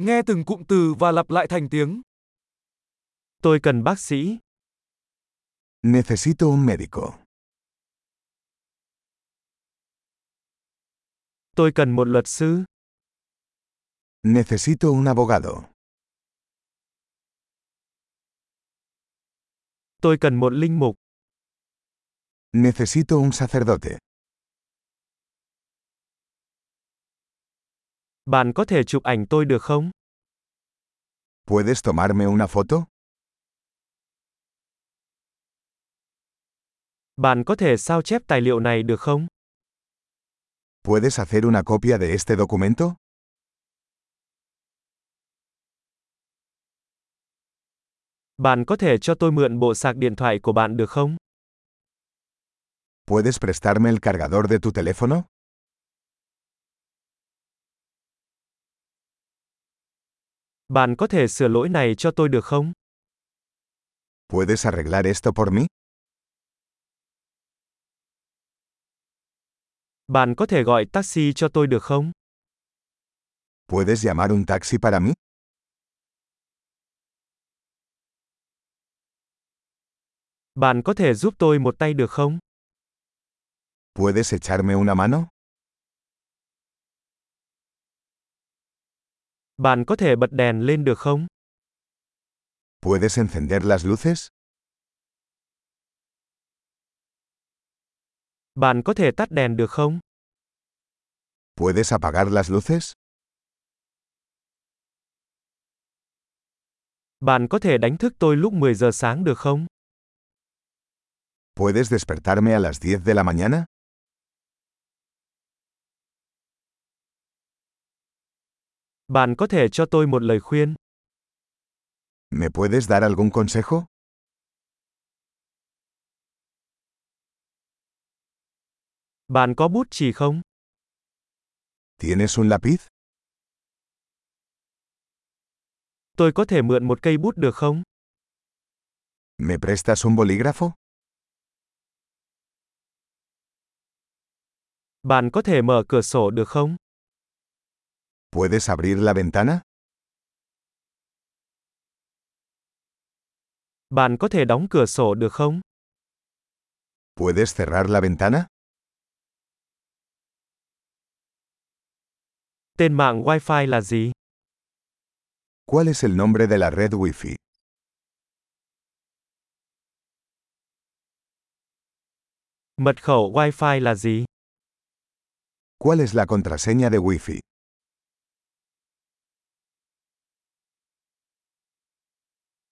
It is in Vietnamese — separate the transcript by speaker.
Speaker 1: Nghe từng cụm từ và lặp lại thành tiếng.
Speaker 2: Tôi cần bác sĩ.
Speaker 3: Necesito un médico.
Speaker 2: Tôi cần một luật sư.
Speaker 3: Necesito un abogado.
Speaker 2: Tôi cần một linh mục.
Speaker 3: Necesito un sacerdote.
Speaker 2: Bạn có thể chụp ảnh tôi được không?
Speaker 3: ¿Puedes tomarme una foto?
Speaker 2: Bạn có thể sao chép tài liệu này được không?
Speaker 3: ¿Puedes hacer una copia de este documento?
Speaker 2: Bạn có thể cho tôi mượn bộ sạc điện thoại của bạn được không?
Speaker 3: ¿Puedes prestarme el cargador de tu teléfono?
Speaker 2: Bạn có thể sửa lỗi này cho tôi được không?
Speaker 3: ¿Puedes arreglar esto por mí?
Speaker 2: Bạn có thể gọi taxi cho tôi được không?
Speaker 3: ¿Puedes llamar un taxi para mí?
Speaker 2: Bạn có thể giúp tôi một tay được không?
Speaker 3: ¿Puedes echarme una mano?
Speaker 2: Bạn có thể bật đèn lên được không?
Speaker 3: ¿Puedes encender las luces?
Speaker 2: Bạn có thể tắt đèn được không?
Speaker 3: ¿Puedes apagar las luces?
Speaker 2: Bạn có thể đánh thức tôi lúc 10 giờ sáng được không?
Speaker 3: ¿Puedes despertarme a las 10 de la mañana?
Speaker 2: Bạn có thể cho tôi một lời khuyên.
Speaker 3: ¿Me puedes dar algún consejo?
Speaker 2: Bạn có bút chì không?
Speaker 3: ¿Tienes un lápiz?
Speaker 2: Tôi có thể mượn một cây bút được không?
Speaker 3: ¿Me prestas un bolígrafo?
Speaker 2: Bạn có thể mở cửa sổ được không?
Speaker 3: ¿Puedes abrir la ventana?
Speaker 2: Bạn có thể đóng cửa sổ được không?
Speaker 3: ¿Puedes cerrar la ventana?
Speaker 2: Tên mạng Wi-Fi là gì?
Speaker 3: ¿Cuál es el nombre de la red Wi-Fi?
Speaker 2: Mật khẩu Wi-Fi là gì?
Speaker 3: ¿Cuál es la contraseña de Wi-Fi?